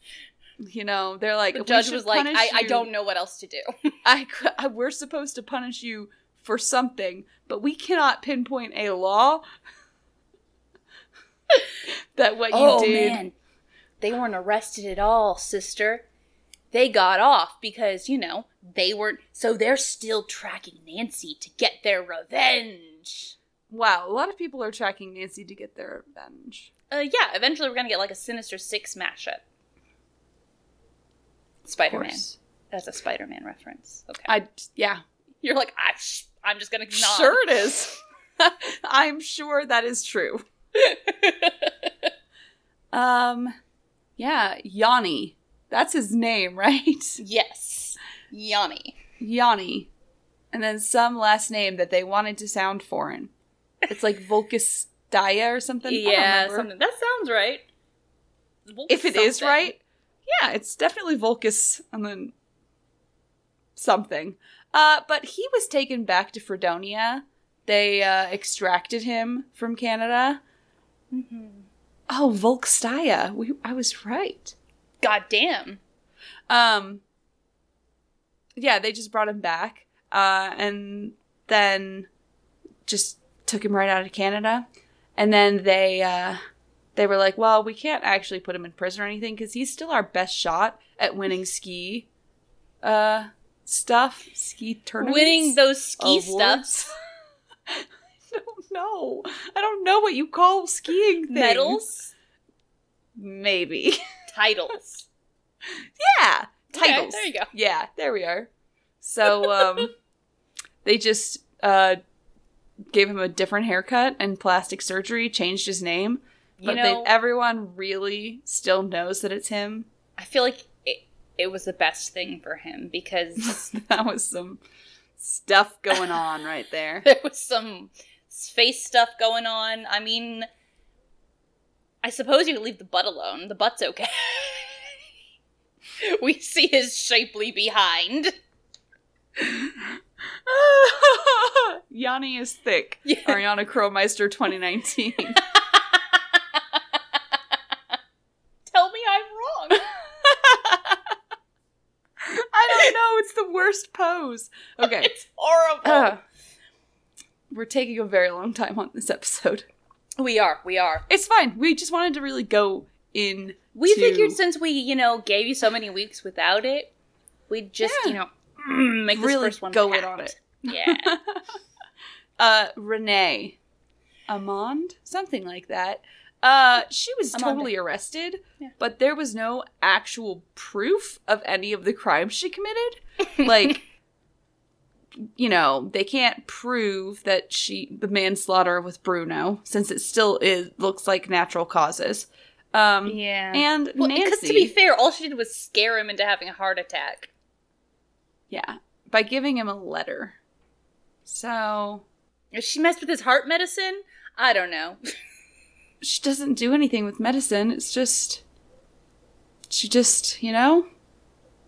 Speaker 1: you know, they're like [LAUGHS]
Speaker 2: The
Speaker 1: "We
Speaker 2: judge
Speaker 1: should
Speaker 2: was like,
Speaker 1: punish
Speaker 2: I, "I
Speaker 1: you.
Speaker 2: don't know what else to do."
Speaker 1: [LAUGHS] I, cou- I- we're supposed to punish you for something, but we cannot pinpoint a law [LAUGHS] that what you did.
Speaker 2: Oh, they weren't arrested at all, sister. They got off because you know they weren't. So they're still tracking Nancy to get their revenge.
Speaker 1: Wow, a lot of people are tracking Nancy to get their revenge.
Speaker 2: Uh, yeah, eventually we're gonna get like a Sinister Six mashup.
Speaker 1: Of
Speaker 2: Spider Man.
Speaker 1: course.
Speaker 2: That's a Spider Man reference. Okay.
Speaker 1: I yeah,
Speaker 2: You're like, I, sh- I'm just gonna nod. [LAUGHS]
Speaker 1: sure it is. [LAUGHS] I'm sure that is true. Um, yeah, Yanni. That's his name, [LAUGHS] right?
Speaker 2: yes. Yanni.
Speaker 1: Yanni, and then some last name that they wanted to sound foreign. It's like Volkistaya or something. I don't
Speaker 2: yeah,
Speaker 1: remember.
Speaker 2: something. that sounds right. Well,
Speaker 1: If it is
Speaker 2: something.
Speaker 1: right, yeah, it's definitely Volkus and then something. Uh, but he was taken back to Fredonia. They uh, extracted him from Canada.
Speaker 2: Mhm.
Speaker 1: Oh, Volkstaya. We, I was right.
Speaker 2: God damn.
Speaker 1: Um, yeah, they just brought him back, uh, and then just took him right out of Canada, and then they uh, they were like, "Well, we can't actually put him in prison or anything because he's still our best shot at winning ski uh, stuff, ski tournaments,
Speaker 2: Winning those ski
Speaker 1: awards."
Speaker 2: stuffs,
Speaker 1: [LAUGHS] I don't know. I don't know what you call skiing things.
Speaker 2: medals,
Speaker 1: maybe.
Speaker 2: titles.
Speaker 1: Yeah.
Speaker 2: Okay,
Speaker 1: Titles.
Speaker 2: there you go.
Speaker 1: Yeah, there we are. So um
Speaker 2: [LAUGHS]
Speaker 1: they just uh gave him a different haircut and plastic surgery, changed his name, [LAUGHS]
Speaker 2: You
Speaker 1: but they,
Speaker 2: know,
Speaker 1: everyone really still knows that it's him. [LAUGHS]
Speaker 2: I feel like it, it was the best thing for him because
Speaker 1: that was some stuff going on right there. [LAUGHS]
Speaker 2: [LAUGHS] there was some space stuff going on. I mean, I suppose you could leave the butt alone. The butt's okay. [LAUGHS] we see his shapely behind. [LAUGHS]
Speaker 1: Yanni is thick.
Speaker 2: Yeah.
Speaker 1: Ariana Crowmeister
Speaker 2: [LAUGHS]
Speaker 1: 2019.
Speaker 2: Tell me I'm wrong.
Speaker 1: [LAUGHS] I don't know, it's the worst pose. Okay.
Speaker 2: It's horrible.
Speaker 1: Uh, [SIGHS] we're taking a very long time on this episode.
Speaker 2: we are. We are.
Speaker 1: It's fine. We just wanted to really go in.
Speaker 2: We
Speaker 1: to-
Speaker 2: figured since we, you know, gave you so many weeks without it, we'd just,
Speaker 1: Yeah.
Speaker 2: you know, mm, make this
Speaker 1: Really
Speaker 2: first one
Speaker 1: go in on
Speaker 2: packed.
Speaker 1: it.
Speaker 2: [LAUGHS] Yeah.
Speaker 1: [LAUGHS] Uh, Renee, Amond, something like that. Uh, she was
Speaker 2: Amanda.
Speaker 1: totally arrested,
Speaker 2: Yeah.
Speaker 1: but there was no actual proof of any of the crimes she committed.
Speaker 2: [LAUGHS]
Speaker 1: Like, you know, they can't prove that she the manslaughter with Bruno, since it still is looks like natural causes. Um,
Speaker 2: yeah.
Speaker 1: and
Speaker 2: well,
Speaker 1: Nancy.
Speaker 2: because to be fair, all she did was scare him into having a heart attack.
Speaker 1: Yeah. by giving him a letter. So
Speaker 2: If she messed with his heart medicine, I don't know.
Speaker 1: she doesn't do anything with medicine. It's just she just, you know,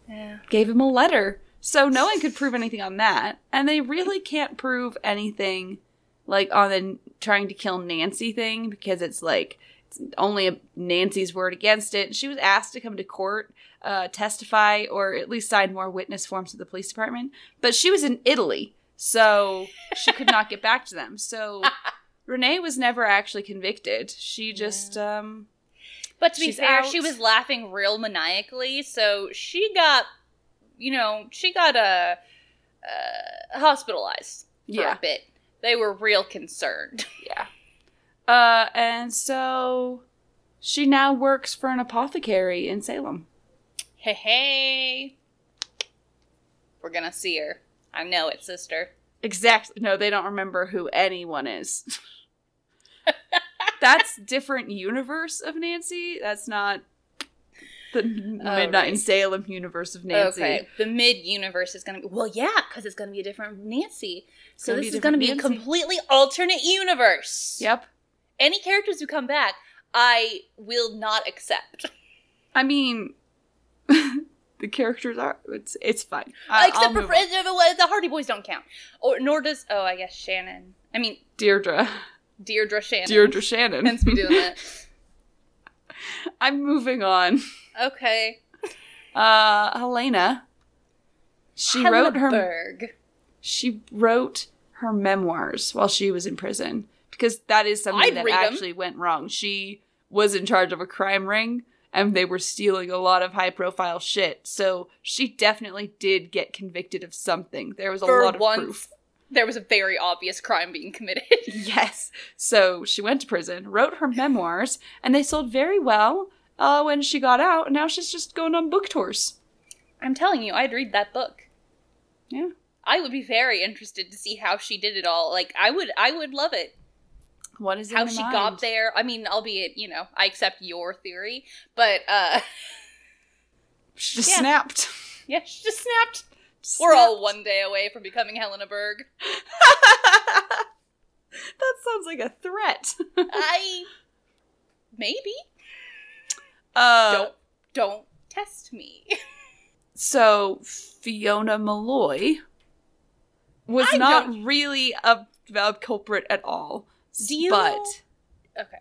Speaker 2: Yeah.
Speaker 1: gave him a letter. So no one could prove anything on that. And they really can't prove anything like on the trying to kill Nancy thing because it's like it's only a, Nancy's word against it. She was asked to come to court, uh, testify, or at least sign more witness forms to the police department. But she was in Italy, so she could not get back to them. So Renee was never actually convicted. She just, um,
Speaker 2: But to be
Speaker 1: She's
Speaker 2: fair,
Speaker 1: out.
Speaker 2: she was laughing real maniacally, so she got, you know, she got uh, uh, hospitalized for
Speaker 1: yeah.
Speaker 2: a bit. They were real concerned. [LAUGHS]
Speaker 1: Uh, and so she now works for an apothecary in Salem.
Speaker 2: hey, hey, we're gonna see her. I know it, sister.
Speaker 1: Exactly. No, they don't remember who anyone is. [LAUGHS] That's different universe of Nancy. That's not the Midnight
Speaker 2: right.
Speaker 1: in Salem universe of Nancy.
Speaker 2: Okay, the mid universe is gonna be well, yeah, because it's gonna be a different Nancy. So
Speaker 1: gonna be
Speaker 2: this
Speaker 1: a
Speaker 2: is gonna
Speaker 1: different
Speaker 2: be a
Speaker 1: Nancy.
Speaker 2: completely alternate universe.
Speaker 1: Yep.
Speaker 2: Any characters who come back, I will not accept.
Speaker 1: I mean, [LAUGHS] the characters are. It's it's fine.
Speaker 2: Uh,
Speaker 1: I,
Speaker 2: Except
Speaker 1: I'll move
Speaker 2: for
Speaker 1: on.
Speaker 2: uh, the Hardy Boys don't count, or nor does oh I guess Shannon. I mean
Speaker 1: Deirdre,
Speaker 2: Deirdre Shannon.
Speaker 1: Deirdre Shannon.
Speaker 2: [LAUGHS] Hence
Speaker 1: [LAUGHS]
Speaker 2: me doing that.
Speaker 1: I'm moving on.
Speaker 2: Okay.
Speaker 1: Uh, Helena. She wrote her
Speaker 2: Helleberg.
Speaker 1: she wrote her memoirs while she was in prison because that is something
Speaker 2: I'd
Speaker 1: that
Speaker 2: read 'em.
Speaker 1: actually went wrong. She was in charge of a crime ring and they were stealing a lot of high profile shit. So she definitely did get convicted of something. There was a
Speaker 2: For
Speaker 1: lot of
Speaker 2: once.
Speaker 1: proof. [LAUGHS]
Speaker 2: There was a very obvious crime being committed. [LAUGHS]
Speaker 1: Yes. So she went to prison, wrote her memoirs, and they sold very well uh, when she got out. And now she's just going on book tours.
Speaker 2: I'm telling you, I'd read that book.
Speaker 1: Yeah.
Speaker 2: I would be very interested to see how she did it all. Like I would, I would love it.
Speaker 1: What is in
Speaker 2: how
Speaker 1: her
Speaker 2: she
Speaker 1: mind?
Speaker 2: got there. I mean, albeit you know, I accept your theory, but uh, [LAUGHS]
Speaker 1: She just
Speaker 2: Yeah.
Speaker 1: snapped.
Speaker 2: yeah, she just snapped. We're all
Speaker 1: Snapped.
Speaker 2: one day away from becoming Helena
Speaker 1: [LAUGHS]
Speaker 2: Berg.
Speaker 1: that sounds like a threat.
Speaker 2: I maybe
Speaker 1: Uh,
Speaker 2: don't don't test me. [LAUGHS]
Speaker 1: So Fiona Malloy was
Speaker 2: I
Speaker 1: not really a, a culprit at all.
Speaker 2: Do you-
Speaker 1: But
Speaker 2: okay,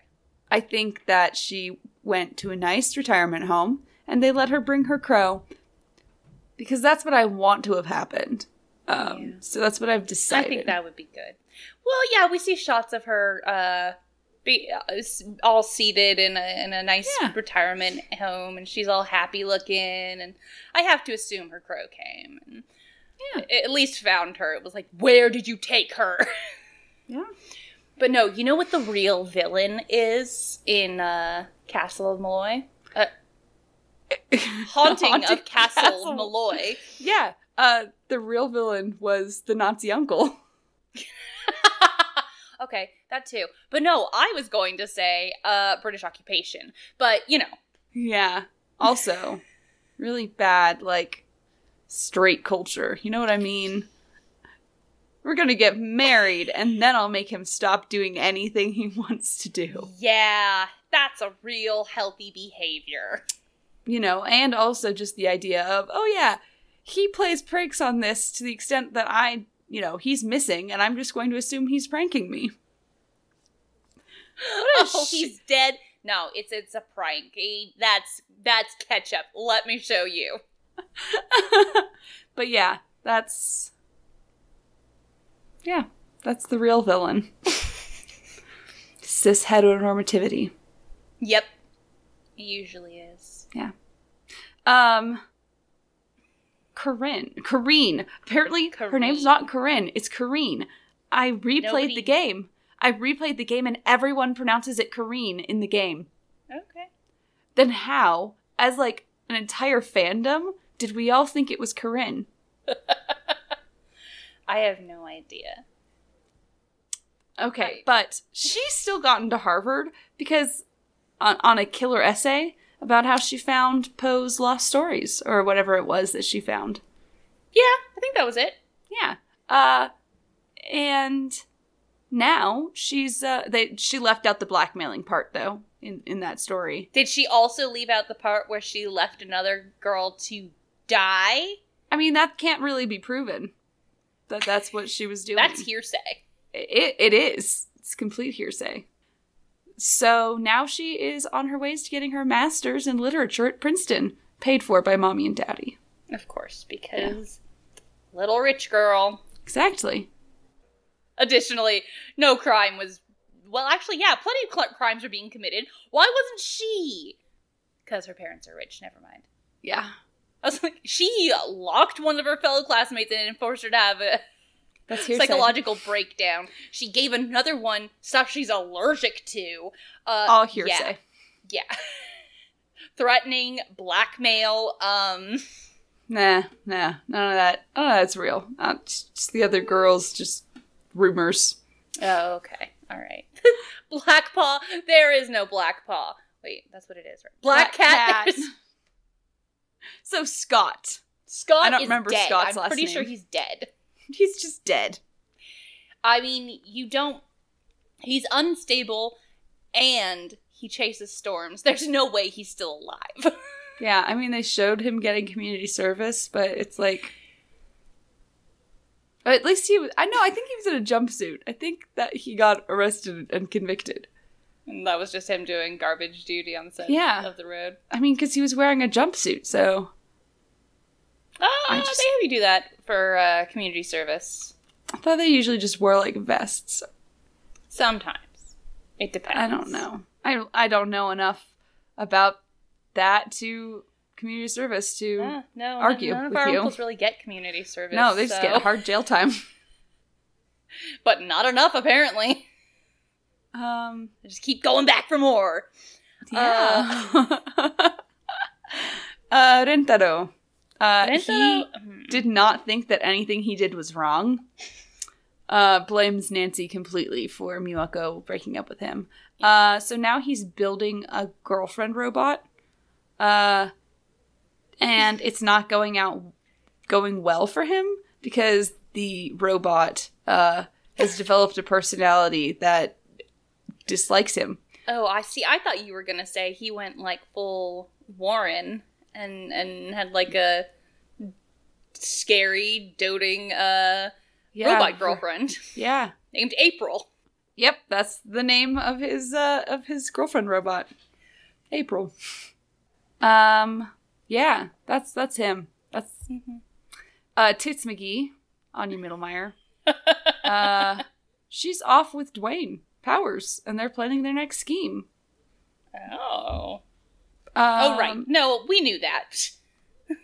Speaker 1: I think that she went to a nice retirement home and they let her bring her crow because that's what I want to have happened. Um,
Speaker 2: Yeah.
Speaker 1: So that's what I've decided.
Speaker 2: I think that would be good. Well, yeah, we see shots of her uh, be uh, s- all seated in a in a nice
Speaker 1: Yeah.
Speaker 2: retirement home, and she's all happy looking. And I have to assume her crow came. And
Speaker 1: Yeah.
Speaker 2: a- At least found her. It was like, where did you take her? [LAUGHS]
Speaker 1: Yeah.
Speaker 2: But no, you know what the real villain is in uh, Castle of Malloy?
Speaker 1: [LAUGHS]
Speaker 2: Uh, haunting,
Speaker 1: Haunted
Speaker 2: of Castle,
Speaker 1: Castle.
Speaker 2: Malloy.
Speaker 1: yeah. Uh, the real villain was the Nazi uncle. [LAUGHS]
Speaker 2: okay, that too. But no, I was going to say uh, British occupation. But you know,
Speaker 1: Yeah. Also, really bad, like, straight culture. You know what I mean? We're gonna get married, and then I'll make him stop doing anything he [LAUGHS] wants to do.
Speaker 2: yeah, that's a real healthy behavior.
Speaker 1: You know, and also just the idea of, oh yeah, he plays pranks on this to the extent that I, you know, he's missing, and I'm just going to assume he's pranking me. What a
Speaker 2: [LAUGHS] Oh,
Speaker 1: sh-
Speaker 2: [LAUGHS] he's dead. No, it's it's a prank. He, that's that's ketchup. Let me show you.
Speaker 1: but yeah, that's yeah, that's the real villain. Cis heteronormativity.
Speaker 2: Yep, he usually is.
Speaker 1: Um, Corinne, Corinne. Apparently, her name's
Speaker 2: Corrine.
Speaker 1: not Corinne. It's Corinne. I replayed
Speaker 2: Nobody-
Speaker 1: the game. I replayed the game, and everyone pronounces it Corinne in the game.
Speaker 2: Okay.
Speaker 1: Then how, as like an entire fandom, did we all think it was Corinne?
Speaker 2: I have no idea.
Speaker 1: Okay,
Speaker 2: Right.
Speaker 1: but she's still gotten to Harvard because on, on a killer essay about how she found Poe's lost stories or whatever it was that she found.
Speaker 2: Yeah, I think that was it.
Speaker 1: Yeah. Uh, and now she's uh, they she left out the blackmailing part though in in that story.
Speaker 2: Did she also leave out the part where she left another girl to die?
Speaker 1: I mean, that can't really be proven that that's what she was doing.
Speaker 2: That's hearsay.
Speaker 1: It it is. It's complete hearsay. So now she is on her ways to getting her master's in literature at Princeton, paid for by mommy and daddy.
Speaker 2: Of course, because little rich girl.
Speaker 1: Exactly.
Speaker 2: Additionally, no crime was. Well, actually, yeah, plenty of cl- crimes were being committed. Why wasn't she? Because her parents are rich. Never mind.
Speaker 1: Yeah.
Speaker 2: I was like, she locked one of her fellow classmates in and forced her to have a
Speaker 1: That's hearsay.
Speaker 2: psychological breakdown. She gave another one stuff she's allergic to. Uh,
Speaker 1: All hearsay.
Speaker 2: yeah. yeah [LAUGHS] threatening blackmail um
Speaker 1: Nah, nah, none of that. Oh, that's real. Uh, just, just the other girls, just rumors.
Speaker 2: oh okay all right [LAUGHS] black paw there is no black paw wait that's what it is right black, cat, there's-
Speaker 1: So Scott,
Speaker 2: scott
Speaker 1: I don't
Speaker 2: is
Speaker 1: remember
Speaker 2: dead.
Speaker 1: Scott's
Speaker 2: i'm
Speaker 1: last
Speaker 2: pretty sure
Speaker 1: name.
Speaker 2: he's dead
Speaker 1: he's just dead.
Speaker 2: i mean you don't he's unstable and he chases storms there's no way he's still alive [LAUGHS]
Speaker 1: Yeah, I mean they showed him getting community service, but it's like, Or at least he was. I know. I think he was in a jumpsuit. I think that he got arrested and convicted.
Speaker 2: and that was just him doing garbage duty on the side
Speaker 1: Yeah.
Speaker 2: of the road
Speaker 1: I mean, because he was wearing a jumpsuit, so
Speaker 2: oh
Speaker 1: I just-
Speaker 2: they have you do that for uh, community service
Speaker 1: I thought they usually just wore like vests.
Speaker 2: Sometimes. It depends.
Speaker 1: I don't know. I I don't know enough about that to community service to.
Speaker 2: Yeah, no,
Speaker 1: Argue
Speaker 2: none of
Speaker 1: with
Speaker 2: our
Speaker 1: you.
Speaker 2: uncles really get community service.
Speaker 1: No, they just
Speaker 2: so-
Speaker 1: get a hard jail time.
Speaker 2: But not enough, apparently. [LAUGHS]
Speaker 1: Um,
Speaker 2: They just keep going back for more.
Speaker 1: yeah. [LAUGHS] Uh, Rentaro. Uh, He
Speaker 2: Rentaro- Hmm.
Speaker 1: did not think that anything he did was wrong. Uh, blames Nancy completely for Miwako breaking up with him. Uh, so now he's building a girlfriend robot. Uh, and it's not going out going well for him because the robot uh, has developed a personality that dislikes him.
Speaker 2: Oh, I see. I thought you were gonna say he went like full Warren and and had like a scary, doting uh robot girlfriend [LAUGHS]
Speaker 1: Yeah.
Speaker 2: named April.
Speaker 1: Yep, that's the name of his uh, of his girlfriend robot, April. Um, yeah, that's that's him. That's
Speaker 2: Mm-hmm.
Speaker 1: uh, Tits McGee, Anya Middlemire. uh, she's off with Dwayne Powers, and they're planning their next scheme.
Speaker 2: Oh.
Speaker 1: Um,
Speaker 2: Oh, right. No, we knew that. [LAUGHS]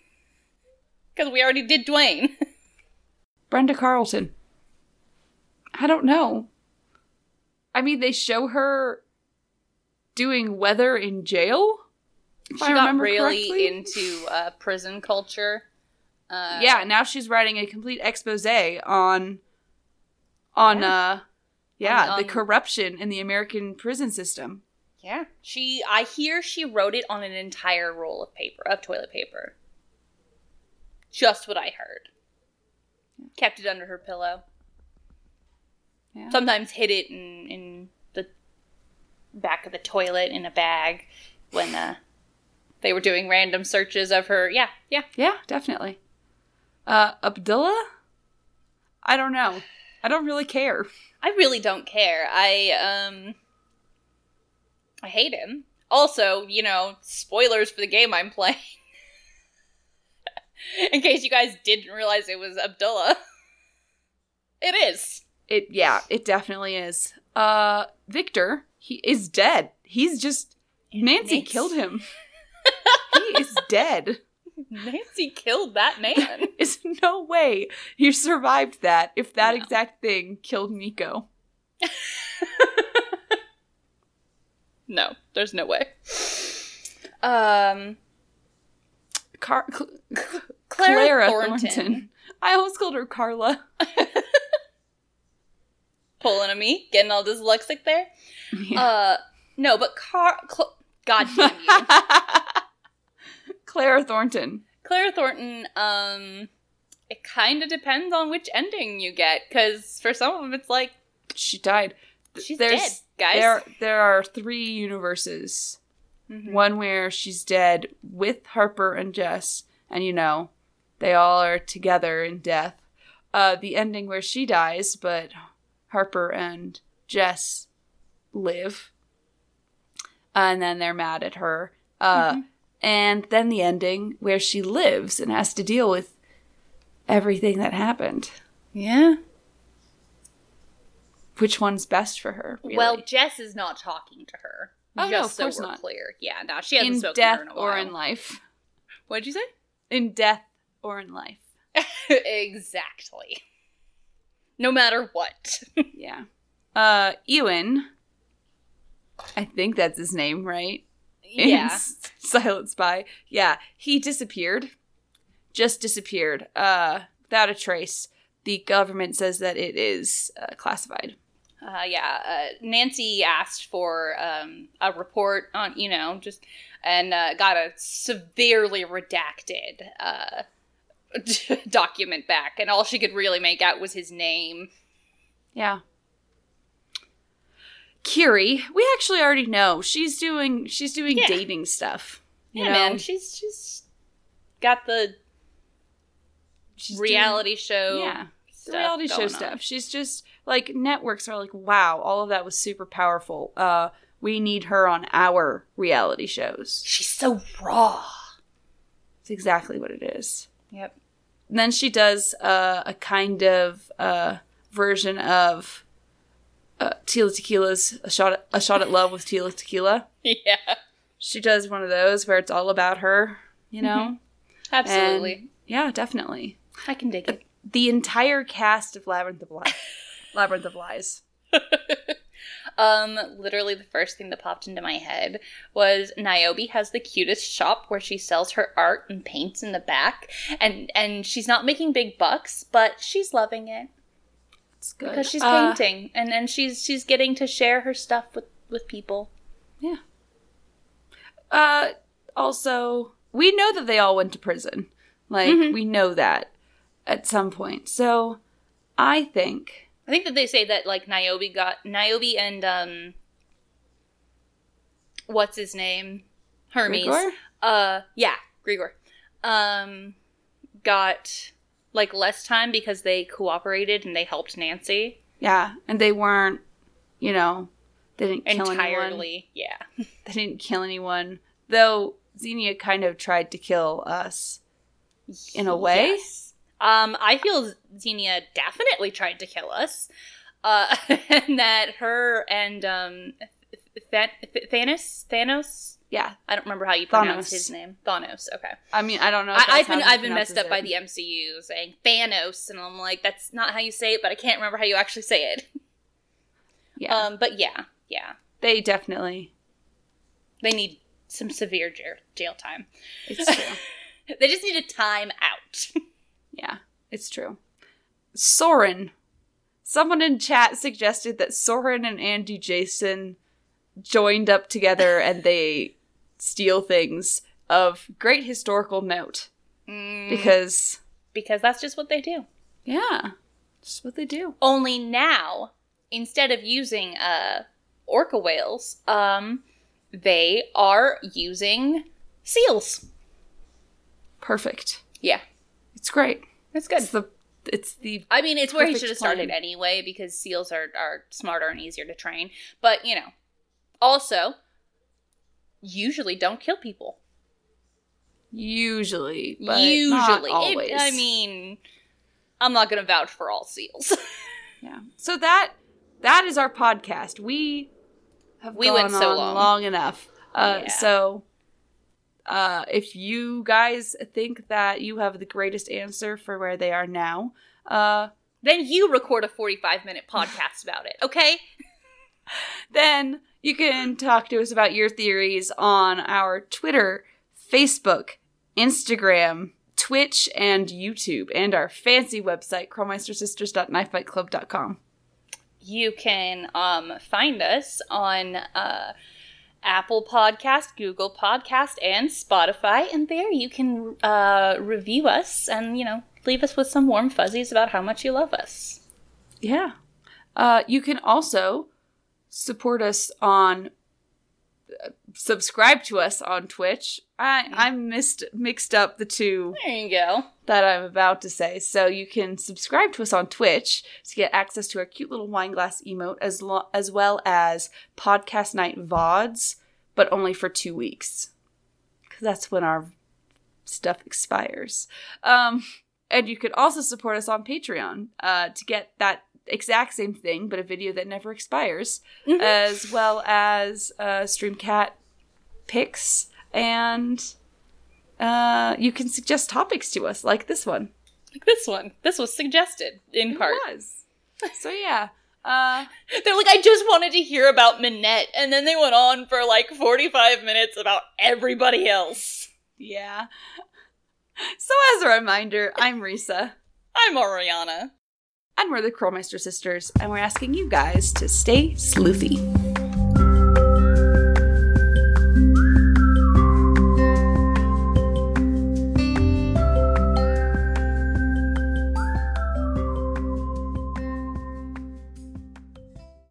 Speaker 2: Because we already did Dwayne. [LAUGHS]
Speaker 1: Brenda Carlton. I don't know. I mean, they show her doing weather in jail. If
Speaker 2: She
Speaker 1: I
Speaker 2: got
Speaker 1: remember
Speaker 2: really
Speaker 1: correctly.
Speaker 2: into uh, prison culture. Uh,
Speaker 1: yeah now she's writing a complete expose on on
Speaker 2: Yeah.
Speaker 1: uh yeah
Speaker 2: On- um,
Speaker 1: the
Speaker 2: on-
Speaker 1: corruption in the american prison system
Speaker 2: Yeah. She, I hear she wrote it on an entire roll of paper, of toilet paper. Just what I heard. Kept it under her pillow.
Speaker 1: Yeah.
Speaker 2: Sometimes hid it in, in the back of the toilet in a bag when uh, they were doing random searches of her. Yeah, yeah.
Speaker 1: yeah definitely uh abdullah i don't know i don't really care
Speaker 2: I really don't care. I um I hate him. Also, you know, spoilers for the game I'm playing. [LAUGHS] In case you guys didn't realize it was Abdullah. [LAUGHS] It is.
Speaker 1: it yeah it definitely is uh victor he is dead he's just nancy
Speaker 2: Nancy.
Speaker 1: killed him he is dead
Speaker 2: [LAUGHS] Nancy killed
Speaker 1: [LAUGHS]
Speaker 2: that man.
Speaker 1: there's no way he survived that if that
Speaker 2: No.
Speaker 1: exact thing killed nico
Speaker 2: no, there's no way. Um
Speaker 1: Car- Cl-
Speaker 2: Clara,
Speaker 1: Clara
Speaker 2: Thornton,
Speaker 1: Thornton. I almost called her Carla.
Speaker 2: pulling a me, getting all dyslexic there.
Speaker 1: Yeah.
Speaker 2: Uh no, but Car Cl- God damn you.
Speaker 1: [LAUGHS] Clara Thornton.
Speaker 2: Clara Thornton um it kind of depends on which ending you get, because for some of them, it's like
Speaker 1: She died. Th-
Speaker 2: she's
Speaker 1: There's-
Speaker 2: dead, guys.
Speaker 1: There, there are three universes.
Speaker 2: Mhm.
Speaker 1: Mm-hmm. One where she's dead with Harper and Jess, and you know, they all are together in death. Uh, the ending where she dies, but Harper and Jess live, and then they're mad at her. Uh,
Speaker 2: Mhm.
Speaker 1: And then the ending where she lives and has to deal with everything that happened.
Speaker 2: Yeah.
Speaker 1: Which one's best for her? Really?
Speaker 2: Well, Jess is not talking to her.
Speaker 1: Oh, no,
Speaker 2: just
Speaker 1: of
Speaker 2: so
Speaker 1: course
Speaker 2: we're
Speaker 1: not.
Speaker 2: clear. Yeah, no, she hasn't
Speaker 1: in
Speaker 2: spoken to
Speaker 1: death
Speaker 2: her in a while.
Speaker 1: or in life.
Speaker 2: What'd you say? [LAUGHS]
Speaker 1: In death or in life.
Speaker 2: exactly. No matter what.
Speaker 1: Yeah. Uh, Ewan. I think that's his name, right? In
Speaker 2: yeah.
Speaker 1: S- [LAUGHS] Silent Spy. Yeah, he disappeared. Just disappeared. Uh, without a trace. The government says that it is uh, classified.
Speaker 2: Uh, yeah. Uh, Nancy asked for um, a report on, you know, just, and uh, got a severely redacted uh, [LAUGHS] document back. And all she could really make out was his name.
Speaker 1: Yeah. Kiri, we actually already know she's doing she's doing
Speaker 2: Yeah.
Speaker 1: dating stuff. You
Speaker 2: Yeah,
Speaker 1: know?
Speaker 2: man. She's, she's got the
Speaker 1: she's doing-
Speaker 2: reality show.
Speaker 1: yeah. the
Speaker 2: stuff
Speaker 1: reality show
Speaker 2: going on.
Speaker 1: stuff. She's just like networks are like, wow, all of that was super powerful. Uh, we need her on our reality shows.
Speaker 2: She's so raw.
Speaker 1: It's exactly what it is.
Speaker 2: Yep.
Speaker 1: And then she does uh, a kind of uh, version of uh, Tila Tequila's a shot at, a shot at love with Tila Tequila.
Speaker 2: [LAUGHS] Yeah.
Speaker 1: She does one of those where it's all about her, you know.
Speaker 2: Mm-hmm. Absolutely.
Speaker 1: And- yeah, definitely.
Speaker 2: I can dig it.
Speaker 1: The entire cast of Labyrinth of Lies. Labyrinth of Lies.
Speaker 2: Um, literally the first thing that popped into my head was Niobe has the cutest shop where she sells her art and paints in the back, and and she's not making big bucks, but she's loving it
Speaker 1: It's good
Speaker 2: because she's
Speaker 1: Uh,
Speaker 2: painting, and and she's she's getting to share her stuff with with people.
Speaker 1: Uh, also, we know that they all went to prison. Like,
Speaker 2: Mhm.
Speaker 1: we know that at some point. So, I think.
Speaker 2: I think that they say that like Niobe got Niobe and um, what's his name, Hermes.
Speaker 1: Rigor?
Speaker 2: Uh, yeah, Grigor. Um, got like less time because they cooperated and they helped Nancy
Speaker 1: Yeah, and they weren't, you know, they didn't kill anyone.
Speaker 2: entirely. Yeah,
Speaker 1: They didn't kill anyone. Though Xenia kind of tried to kill us. In a way?
Speaker 2: Yes. Um, I feel Xenia definitely tried to kill us. Uh, [LAUGHS] and that her and um, Th- Th- Thanos, Thanos.
Speaker 1: Yeah,
Speaker 2: I don't remember how you pronounce
Speaker 1: Thanos.
Speaker 2: his name. Thanos. Okay.
Speaker 1: I mean, I don't know. If
Speaker 2: I,
Speaker 1: that's
Speaker 2: I've
Speaker 1: how
Speaker 2: been
Speaker 1: he
Speaker 2: I've been
Speaker 1: pronounces
Speaker 2: messed
Speaker 1: it.
Speaker 2: up by the MCU saying Thanos, and I'm like, that's not how you say it, but I can't remember how you actually say it.
Speaker 1: Yeah,
Speaker 2: Um, but yeah, yeah,
Speaker 1: they definitely.
Speaker 2: they need some severe jail, jail time.
Speaker 1: It's
Speaker 2: [LAUGHS]
Speaker 1: true.
Speaker 2: They just need a time out. [LAUGHS]
Speaker 1: Yeah, it's true. Soren. Someone in chat suggested that Soren and Andy Jason joined up together
Speaker 2: [LAUGHS]
Speaker 1: and they steal things of great historical note
Speaker 2: Mm,
Speaker 1: because
Speaker 2: because that's just what they do.
Speaker 1: yeah, that's what they do.
Speaker 2: Only now, instead of using uh orca whales, um, they are using seals.
Speaker 1: Perfect.
Speaker 2: Yeah,
Speaker 1: It's great.
Speaker 2: that's good.
Speaker 1: It's the it's the
Speaker 2: I mean, it's where he
Speaker 1: Perfect
Speaker 2: should have started
Speaker 1: plan.
Speaker 2: anyway because seals are, are smarter and easier to train. But, you know, also, usually don't kill people.
Speaker 1: usually but
Speaker 2: usually.
Speaker 1: not
Speaker 2: It-
Speaker 1: always.
Speaker 2: I mean, I'm not going to vouch for all seals. [LAUGHS]
Speaker 1: yeah. So that that is our podcast. We have
Speaker 2: We
Speaker 1: gone
Speaker 2: went so
Speaker 1: on
Speaker 2: long.
Speaker 1: enough. Uh,
Speaker 2: Yeah.
Speaker 1: So, uh, if you guys think that you have the greatest answer for where they are now, uh,
Speaker 2: then you record a 45 minute podcast about it, okay?
Speaker 1: then you can talk to us about your theories on our Twitter, Facebook, Instagram, Twitch, and YouTube, and our fancy website, crowmeistersisters.knifefightclub.com.
Speaker 2: You can um, find us on uh, Apple Podcast, Google Podcast, and Spotify, and there you can uh, review us and you know leave us with some warm fuzzies about how much you love us.
Speaker 1: Yeah. Uh, you can also support us on uh, subscribe to us on Twitch. I I missed mixed up the two
Speaker 2: There you go.
Speaker 1: that I'm about to say. So you can subscribe to us on Twitch to get access to our cute little wine glass emote as lo- as well as podcast night vods, but only for 2 weeks. Cuz that's when our stuff expires. Um and you could also support us on Patreon uh, to get that exact same thing, but a video that never expires,
Speaker 2: Mhm.
Speaker 1: as well as uh, Streamcat picks, and uh, you can suggest topics to us, like this one.
Speaker 2: Like this one. This was suggested in
Speaker 1: It
Speaker 2: part.
Speaker 1: was. So yeah, uh,
Speaker 2: They're like, I just wanted to hear about Minette. And then they went on for like 45 minutes about everybody else.
Speaker 1: yeah. So as a reminder, I'm Risa,
Speaker 2: I'm Oriana.
Speaker 1: and we're the Curlmeister sisters, and we're asking you guys to stay sleuthy.